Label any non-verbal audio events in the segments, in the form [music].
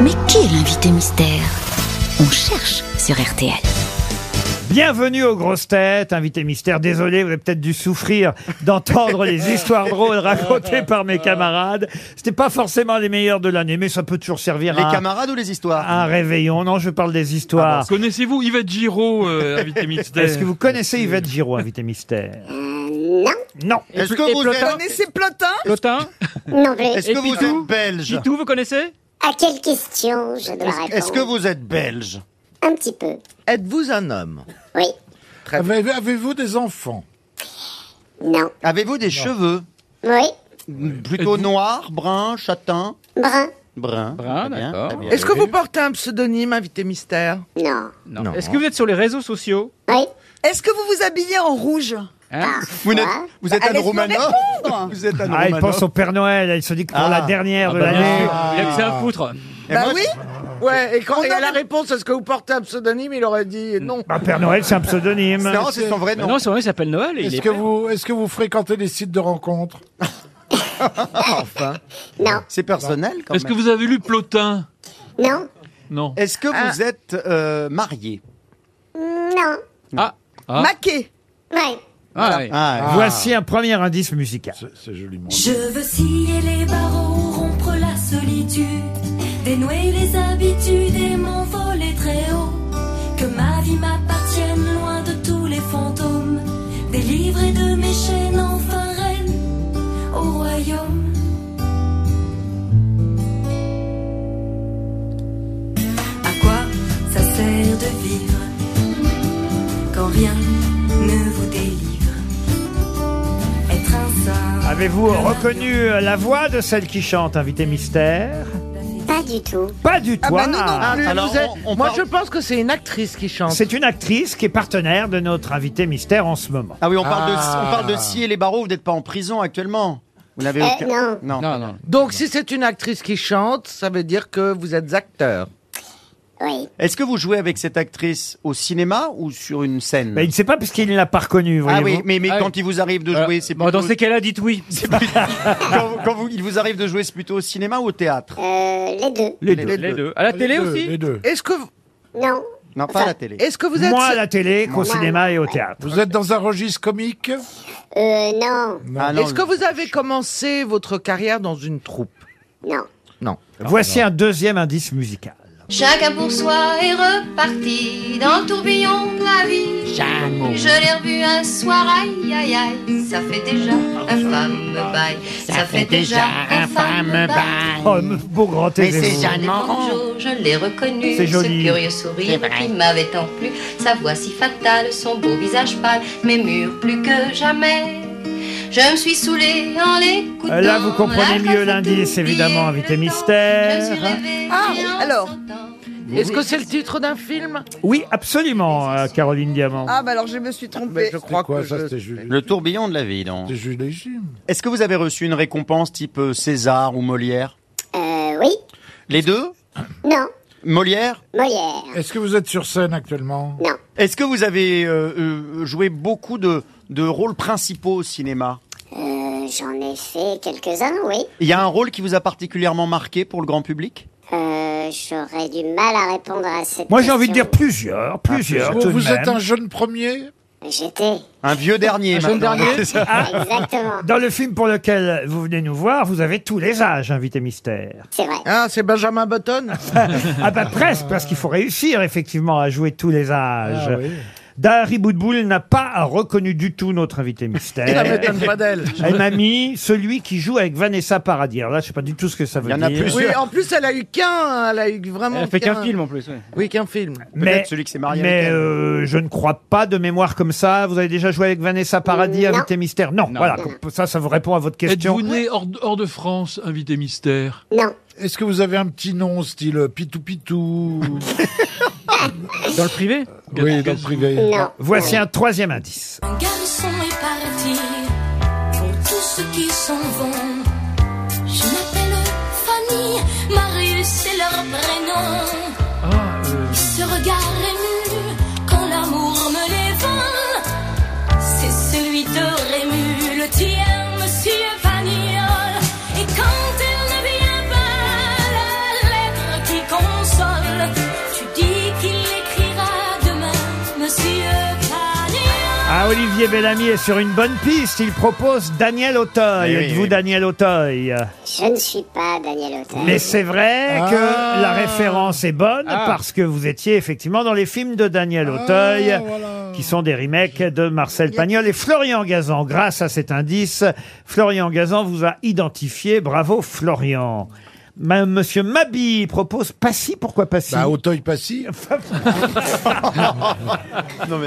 Mais qui est l'invité mystère On cherche sur RTL. Bienvenue aux grosses têtes, invité mystère. Désolé, vous avez peut-être dû souffrir d'entendre les histoires drôles racontées par mes camarades. C'était pas forcément les meilleures de l'année, mais ça peut toujours servir Les à, un- camarades ou les histoires à un réveillon. Non, je parle des histoires. Ah, Connaissez-vous Yvette Giraud, euh, invité mystère Ah. Est-ce que vous connaissez Yvette Giraud, invité mystère Non. Est-ce que vous êtes, connaissez Plotin Plotin Non plus. est-ce que Et vous Pitou êtes belge Pitou, vous connaissez À quelle question je dois répondre Est-ce que vous êtes belge Un petit peu. Êtes-vous un homme Oui. Avez- Avez-vous des enfants Non. Avez-vous des cheveux Oui. Plutôt noirs, bruns, châtains Brun. Brun. Brun, Très bien, Hein, d'accord. très bien. Est-ce que vous portez un pseudonyme, invité mystère Non. Non. Non. Est-ce que vous êtes sur les réseaux sociaux Oui. Est-ce que vous vous habillez en rouge Hein Vous n'êtes- Parfois. vous êtes Bah, un laisse-le Romanov répondre. [laughs] Vous êtes un Ah, il Romanov pense au Père Noël. Il se dit que pour bah la Ah. dernière de Bah, bien l'année. sûr. Il a que ça à foutre. Et Bah moi, oui Eh ben, Ouais, et quand On et à la aurait- réponse, est-ce que vous portez un pseudonyme Il aurait dit non. Bah, Père Noël, c'est un pseudonyme. Non, c'est son vrai Non, nom. son nom il s'appelle Noël. et il Est-ce est que, vous, est que vous fréquentez les sites de rencontres Non. C'est personnel quand Est-ce que même. vous avez lu Plotin Non. Non. Est-ce que Ah. vous êtes euh, marié Non. Ah, ah, Maqué Ouais. ah, ouais. Ah, Voici un premier indice musical. C'est- C'est joliment. Je veux scier les barreaux, rompre la solitude, dénouer les habitudes et m'envoler très haut. Que ma vie m'appartienne loin de tous les fantômes, délivrée de mes chaînes, enfin reine au royaume. À quoi ça sert de vivre quand rien ne vous délivre Être un saint. Avez-vous reconnu la voix de celle qui chante, invité mystère Pas du tout. Pas du tout. bah non, non Ah, plus. alors, Vous êtes- on- on Moi, parle- je pense que c'est une actrice qui chante. C'est une actrice qui est partenaire de notre invité mystère en ce moment. Ah oui, on parle, de, Ah. on parle de scier les barreaux, vous n'êtes pas en prison actuellement. Vous n'avez Euh, Eh, aucun... non. Non, non. Donc, si c'est une actrice qui chante, ça veut dire que vous êtes acteur. Oui. Est-ce que vous jouez avec cette actrice au cinéma ou sur une scène Mais Bah, il ne sait pas puisqu'il ne l'a pas reconnue, Ah voyez-vous. oui, mais, mais Ah quand il vous arrive de jouer, Voilà. c'est Bon, plutôt... Dans ces cas-là, dites oui. c'est plutôt- [laughs] quand, vous- quand vous- il vous arrive de jouer, c'est plutôt au cinéma ou au théâtre Euh, les deux. Les deux. Les deux. À la Les télé deux, aussi Les deux. Est-ce que, Non. Non, pas à la télé. est-ce que vous êtes. Moins à la télé qu'au Moi. cinéma et au théâtre. Vous êtes dans un registre comique Euh, non. Ah non, Est-ce que vous avez commencé votre carrière dans une troupe Non. Non. Voici un deuxième indice musical. Chacun pour soi est reparti dans le tourbillon de la vie. Je l'ai revu un soir, aïe aïe aïe, ça fait déjà un femme bail. Ça fait déjà un femme bail. Oh, me- beau grand Thésée. Les bonjours, je l'ai reconnu, C'est joli. ce curieux sourire qui m'avait tant plu, sa voix si fatale, son beau visage pâle, mes murs plus que jamais. Je me suis saoulée en l'écoutant. Euh, Là, vous comprenez mieux l'indice, évidemment, invité mystère. Ah, alors. Est-ce que c'est le titre d'un film Oui, absolument, euh, Caroline Diamant. Ah bah alors je me suis trompée. Mais je C'est crois quoi que ça je- C'était Julie. Le tourbillon de la vie, non C'était Julie Jim. Est-ce que vous avez reçu une récompense type euh, César ou Molière Euh, oui. Les deux Non. Molière Molière. Est-ce que vous êtes sur scène actuellement Non. Est-ce que vous avez euh, euh, joué beaucoup de, de rôles principaux au cinéma Euh, j'en ai fait quelques-uns, oui. Il y a un rôle qui vous a particulièrement marqué pour le grand public Euh, j'aurais du mal à répondre à cette Moi, j'ai envie de question. dire plusieurs, plusieurs. Vous, tout de vous êtes même. un jeune premier J'étais. Un vieux dernier maintenant. C'est ça. Ah. Exactement. Dans le film pour lequel vous venez nous voir, vous avez tous les âges, invité [laughs] mystère. C'est vrai. Ah, c'est Benjamin Button Ah bah presque, parce qu'il faut réussir effectivement à jouer tous les âges. Ah oui. Dari Boudboul n'a pas reconnu du tout notre invité Ça mystère. m'étonne pas d'elle. Elle m'a mis Eh, celui qui joue avec Vanessa Paradis. Alors là, je sais pas du tout ce que ça veut Il y en dire. a plusieurs. Oui, en plus, elle a eu qu'un. hein, Elle a eu vraiment. Elle a fait qu'un film en plus. ouais. Oui, qu'un film. Mais, Peut-être celui qui s'est marié mais avec elle. euh, je ne crois pas de mémoire comme ça. Vous avez déjà joué avec Vanessa Paradis, Non. invité mystère Non, Non. voilà, comme ça, ça vous répond à votre question. Êtes-vous né hors, hors de France, invité mystère Non. [laughs] Est-ce que vous avez un petit nom, style Pitou Pitou Dans le privé Oui, dans le privé. Non. Voici un troisième indice. Un garçon est parti pour tous ceux qui s'en vont. Je m'appelle Fanny, Marius c'est leur prénom. Ce regard ému quand l'amour me l'évade, c'est celui de Rému, le tien, monsieur Fagnol. Et quand elle ne vient pas, la lettre qui compte. Ah, Olivier Bellamy est sur une bonne piste. Il propose Daniel Auteuil. Eh oui, Êtes-vous oui. Daniel Auteuil Je ne suis pas Daniel Auteuil. Mais c'est vrai que la référence est bonne Ah. parce que vous étiez effectivement dans les films de Daniel Auteuil, qui sont des remakes de Marcel Pagnol et Florian Gazan. Grâce à cet indice, Florian Gazan vous a identifié. Bravo Florian. Ma- Monsieur Mabi propose Passy, pourquoi Passy Bah, Auteuil-Passy.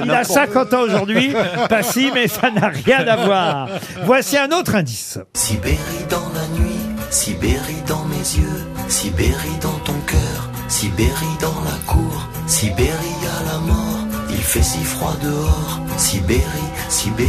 Il a 50 ans aujourd'hui, Passy, mais ça n'a rien à voir. Voici un autre indice. Sibérie dans la nuit, Sibérie dans mes yeux, Sibérie dans ton cœur, Sibérie dans la cour, Sibérie à la mort, il fait si froid dehors, Sibérie, Sibérie,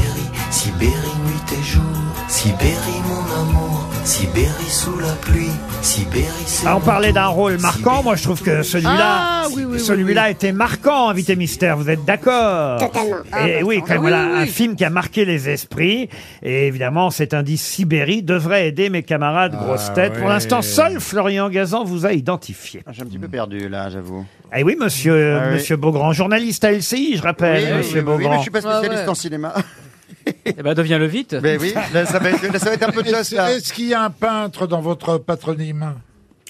Sibérie nuit et jour, Sibérie mon amour, Sibérie sous la pluie, Sibérie c'est Ah, on mon parlait tour. d'un rôle marquant. Moi, je trouve que celui-là, Ah, oui, oui, oui, celui-là était marquant, Invité Mystère. Vous êtes d'accord Totalement. Ah, Et bah, oui, attends. quand Ah, même, oui, voilà, oui, oui. un film qui a marqué les esprits. Et évidemment, cet indice Sibérie devrait aider mes camarades grosses têtes. Pour Ah, ouais. l'instant, seul Florian Gazan vous a identifié. Ah, J'ai un petit peu perdu là, j'avoue. Eh oui, monsieur, Ah, oui. monsieur Beaugrand, journaliste à LCI, je rappelle, Oui, oui, oui, monsieur oui, Beaugrand. mais je suis pas spécialiste Ouais, ouais. en cinéma. Eh ben, deviens-le vite. Mais oui, là, ça va être- là, ça va être un peu de Est-ce chasse, là. est-ce qu'il y a un peintre dans votre patronyme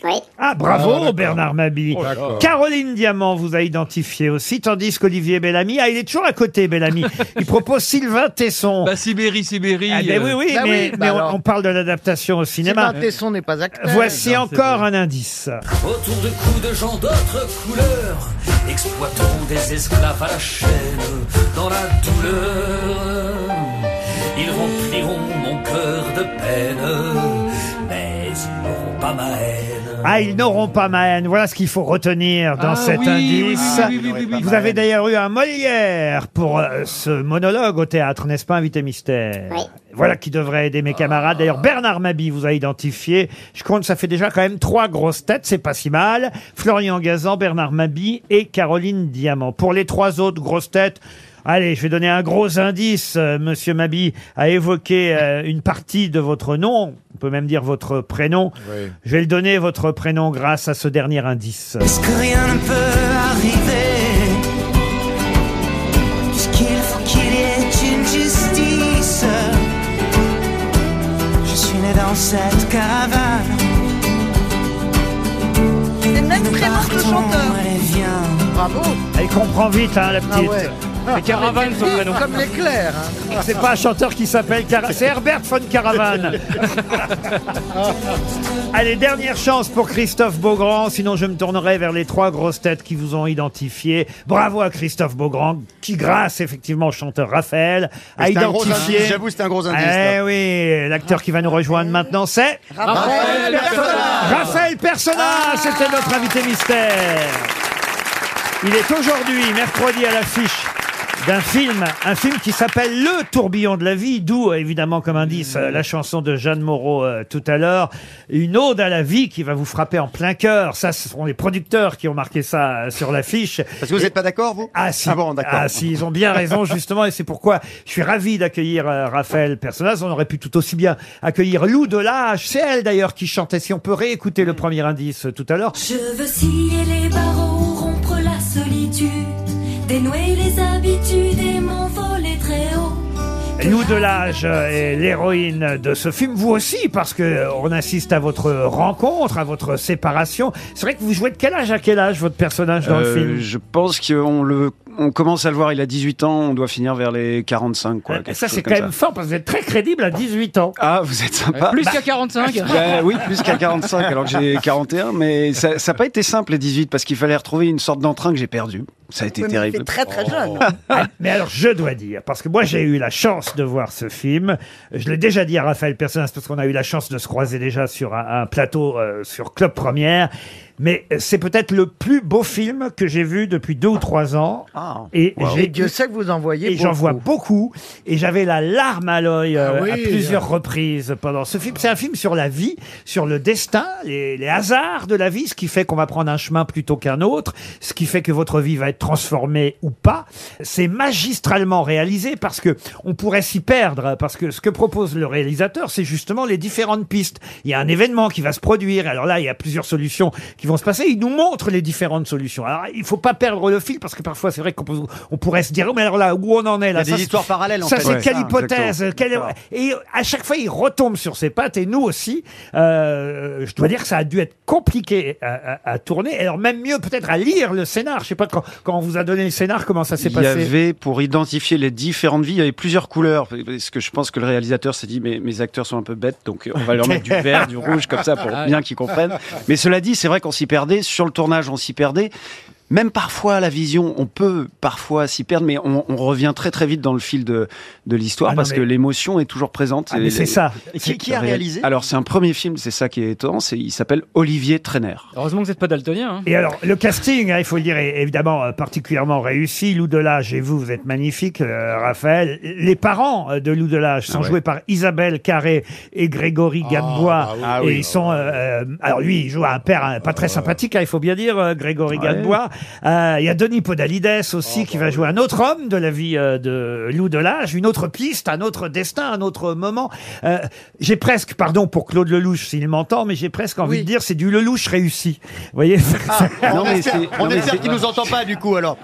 Oui. Ah, bravo Ah, d'accord. Bernard Mabie. Oh là là. Caroline Diamant vous a identifié aussi, tandis qu'Olivier Bellamy, ah, il est toujours à côté, [laughs] Bellamy. Il propose Sylvain Tesson. Bah, Sibérie, Sibérie. Ah, ben oui, Bah oui, euh, mais, mais on- on, parle de l'adaptation au cinéma. Sylvain Tesson n'est pas acteur. Voici Non, c'est encore un indice. Autour de coups de gens d'autres couleurs, exploiteront des esclaves à la chaîne, dans la douleur. Ils rempliront mon cœur de peine, mais ils n'auront pas ma haine. Ah, ils n'auront pas ma haine. Voilà ce qu'il faut retenir dans Ah cet oui, indice. oui, oui, oui, oui, oui, oui. Vous avez d'ailleurs eu un Molière pour euh, ce monologue au théâtre, n'est-ce pas, invité mystère Voilà qui devrait aider mes camarades. D'ailleurs, Bernard Mabi vous a identifié. Je compte, ça fait déjà quand même trois grosses têtes, c'est pas si mal. Florian Gazan, Bernard Mabi et Caroline Diamant. Pour les trois autres grosses têtes, Allez, je vais donner un gros indice. Euh, Monsieur Mabi a évoqué euh, une partie de votre nom, on peut même dire votre prénom. Je vais le donner votre prénom grâce à ce dernier indice. Est-ce que rien ne peut arriver Puisqu'il faut qu'il y ait une justice Je suis né dans cette caravane C'est le même prénom que le chanteur. Bravo. Elle comprend vite, hein, la petite. Ah ouais. Les caravanes, Comme l'éclair, Comme l'éclair. hein. C'est pas un chanteur qui s'appelle Cara- c'est Herbert von [laughs] Caravan. Allez, dernière chance pour Christophe Beaugrand, sinon je me tournerai vers les trois grosses têtes qui vous ont identifié. Bravo à Christophe Beaugrand, qui grâce effectivement au chanteur Raphaël a C'est un gros identifié. indice, j'avoue, c'est un gros indice, Eh oui, l'acteur qui va nous rejoindre maintenant, c'est Raphaël Persona. Ah. Raphaël Persona, c'était notre invité mystère. Il est aujourd'hui, mercredi, à l'affiche d'un film, un film qui s'appelle Le tourbillon de la vie, d'où euh, évidemment comme indice Hmm. euh, la chanson de Jeanne Moreau euh, tout à l'heure, une ode à la vie qui va vous frapper en plein cœur. Ça, ce sont les producteurs qui ont marqué ça euh, sur l'affiche. Parce que vous n'êtes pas d'accord, vous Ah si, Ah bon, d'accord. Ah, si, ils ont bien raison justement, et c'est pourquoi je suis ravi d'accueillir euh, Raphaël Personnaz. On aurait pu tout aussi bien accueillir Lou Delage. C'est elle d'ailleurs qui chantait. Si on peut réécouter le premier indice euh, tout à l'heure. Je veux scier les barreaux, rompre la solitude Dénouer les habitudes et m'envoler très haut Lou Delage euh, est l'héroïne de ce film, vous aussi, parce que euh, on assiste à votre rencontre, à votre séparation. C'est vrai que vous jouez de quel âge à quel âge votre personnage dans le Euh, film Je pense qu'on le, on commence à le voir, il a 18 ans, on doit finir vers les 45. Quoi, Et quelque Euh, Eh, ça, chose c'est comme quand même fort, parce que vous êtes très crédible à 18 ans. Ah, vous êtes sympa. Plus Bah, qu'à 45. bah oui, plus qu'à 45, alors que j'ai 41, mais ça n'a pas été simple les 18, parce qu'il fallait retrouver une sorte d'entrain que j'ai perdu. Ça a été Oui, mais terrible. c'est très, très jeune. Ah, Ah. Mais alors, je dois dire, parce que moi, j'ai eu la chance de voir ce film. Je l'ai déjà dit à Raphaël Personnaz, parce qu'on a eu la chance de se croiser déjà sur un, un plateau euh, sur Club Première. Mais euh, c'est peut-être le plus beau film que j'ai vu depuis deux ou trois ans. Et Ah. Wow. j'ai Et Dieu sait que vous en voyez Et j'en beaucoup. vois beaucoup. Et j'avais la larme à l'œil euh, Ah oui. à plusieurs reprises pendant ce film. C'est un film sur la vie, sur le destin, les, les hasards de la vie, ce qui fait qu'on va prendre un chemin plutôt qu'un autre, ce qui fait que votre vie va être transformé ou pas, c'est magistralement réalisé parce que on pourrait s'y perdre parce que ce que propose le réalisateur, c'est justement les différentes pistes. Il y a un événement qui va se produire. Alors là, il y a plusieurs solutions qui vont se passer. Il nous montre les différentes solutions. Alors, il faut pas perdre le fil parce que parfois, c'est vrai qu'on peut- on pourrait se dire, Oh, mais alors là, où on en est là Il y a des c'est- histoires parallèles, en Ça, fait. c'est Ouais. quelle Ah, hypothèse exactement. quelle- D'accord. et à chaque fois, il retombe sur ses pattes. Et nous aussi, euh, je dois dire que ça a dû être compliqué à, à- à tourner. Et alors, même mieux, peut-être, à lire le scénar. Je sais pas quand, quand on vous a donné le scénar, comment ça s'est Il y passé. avait, pour identifier les différentes vies, il y avait plusieurs couleurs. Parce que je pense que le réalisateur s'est dit, mais mes acteurs sont un peu bêtes, donc euh, on va leur mettre du vert, du rouge, [laughs] comme ça, pour Ah bien qu'ils comprennent. Mais cela dit, c'est vrai qu'on s'y perdait. Sur le tournage, on s'y perdait. Même parfois, la vision, on peut parfois s'y perdre, mais on, on revient très très vite dans le fil de, de l'histoire Ah non, parce mais- que l'émotion est toujours présente. Ah, mais Et- c'est ça. et Qui- qui a réel- réalisé Alors, c'est un premier film, c'est ça qui est étonnant. c'est- Il s'appelle Olivier Trainer. Heureusement que vous n'êtes pas daltonien. hein. Et alors, le casting, hein, il faut le dire, est évidemment euh, particulièrement réussi. Lou Delage et vous, vous êtes magnifique, euh, Raphaël. Les parents euh, de Lou Delage sont Ah ouais. joués par Isabelle Carré et Grégory Gadebois. bah oui. Ah oui. Ah, Et ils sont... euh, euh, alors lui, il joue un père hein, pas très sympathique, hein, il faut bien dire, euh, Grégory Ouais. Oh, bah Gadebois. Euh, Il y a Denis Podalides aussi qui va jouer un autre homme de la vie euh, de Lou Delage, une autre piste, un autre destin, un autre moment. Euh, j'ai presque, pardon pour Claude Lelouch s'il m'entend, mais j'ai presque envie de dire c'est du Lelouch réussi. Vous voyez [laughs] Non, on mais espère, c'est- on non, mais espère c'est- qu'il nous entend pas du coup alors.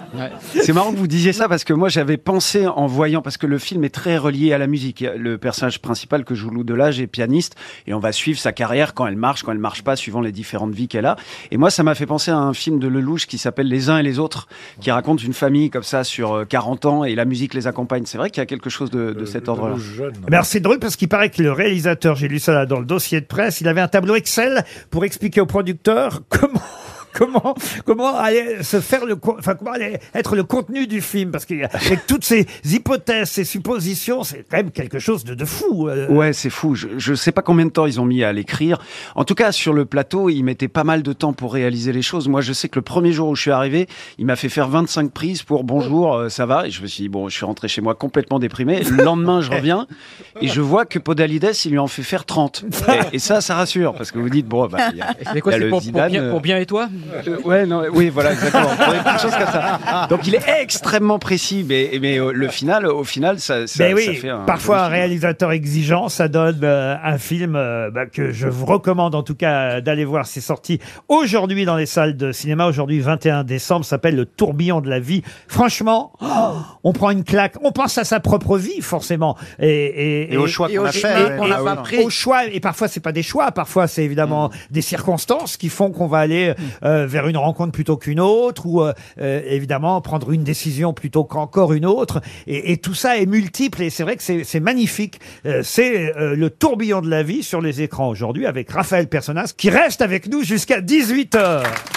C'est marrant que vous disiez ça parce que moi j'avais pensé en voyant parce que le film est très relié à la musique. Le personnage principal que joue Lou Delage est pianiste et on va suivre sa carrière quand elle marche, quand elle marche pas, suivant les différentes vies qu'elle a. Et moi ça m'a fait penser à un film de Lelouch qui s'appelle Les uns et les autres, qui raconte une famille comme ça sur euh, 40 ans et la musique les accompagne. C'est vrai qu'il y a quelque chose de, de cet ordre-là. Mais alors c'est drôle parce qu'il paraît que le réalisateur, j'ai lu ça là dans le dossier de presse, il avait un tableau Excel pour expliquer au producteur [laughs] comment. Comment comment allait se faire le co- enfin comment allait être le contenu du film parce qu'avec toutes ces hypothèses ces suppositions c'est quand même quelque chose de, de fou euh. Ouais, c'est fou. Je, je sais pas combien de temps ils ont mis à l'écrire. En tout cas, sur le plateau, ils mettaient pas mal de temps pour réaliser les choses. Moi, je sais que le premier jour où je suis arrivé, il m'a fait faire 25 prises pour bonjour, euh, ça va. Et je me suis dit, bon, je suis rentré chez moi complètement déprimé. Le lendemain, [laughs] je reviens et je vois que Podalides, il lui en fait faire 30. Et, et ça, ça rassure parce que vous dites, bon, bah, il y a, Mais quoi, il y a c'est le pour, pour Zidane, bien, euh, pour bien et toi euh, ouais, non, oui, voilà, [laughs] exactement. Pour quelque chose comme ça. Donc, il est extrêmement précis, mais, mais euh, le final, au final, ça, ça, Ben oui, ça fait un. parfois joli un film. réalisateur exigeant, ça donne euh, un film euh, bah, que je vous recommande en tout cas euh, d'aller voir. C'est sorti aujourd'hui dans les salles de cinéma, aujourd'hui 21 décembre, ça s'appelle Le tourbillon de la vie. Franchement, oh, on prend une claque, on pense à sa propre vie forcément. Et, et, Et au choix et- qu'on a et- fait, et- ouais. et- Ah oui. Mm. pris. Au choix, et parfois c'est pas des choix, parfois c'est évidemment des circonstances qui font qu'on va aller euh, vers une rencontre plutôt qu'une autre, ou euh, euh, évidemment prendre une décision plutôt qu'encore une autre. Et, et tout ça est multiple, et c'est vrai que c'est c'est magnifique. Euh, c'est euh, le tourbillon de la vie sur les écrans aujourd'hui avec Raphaël Personas qui reste avec nous jusqu'à 18 heures.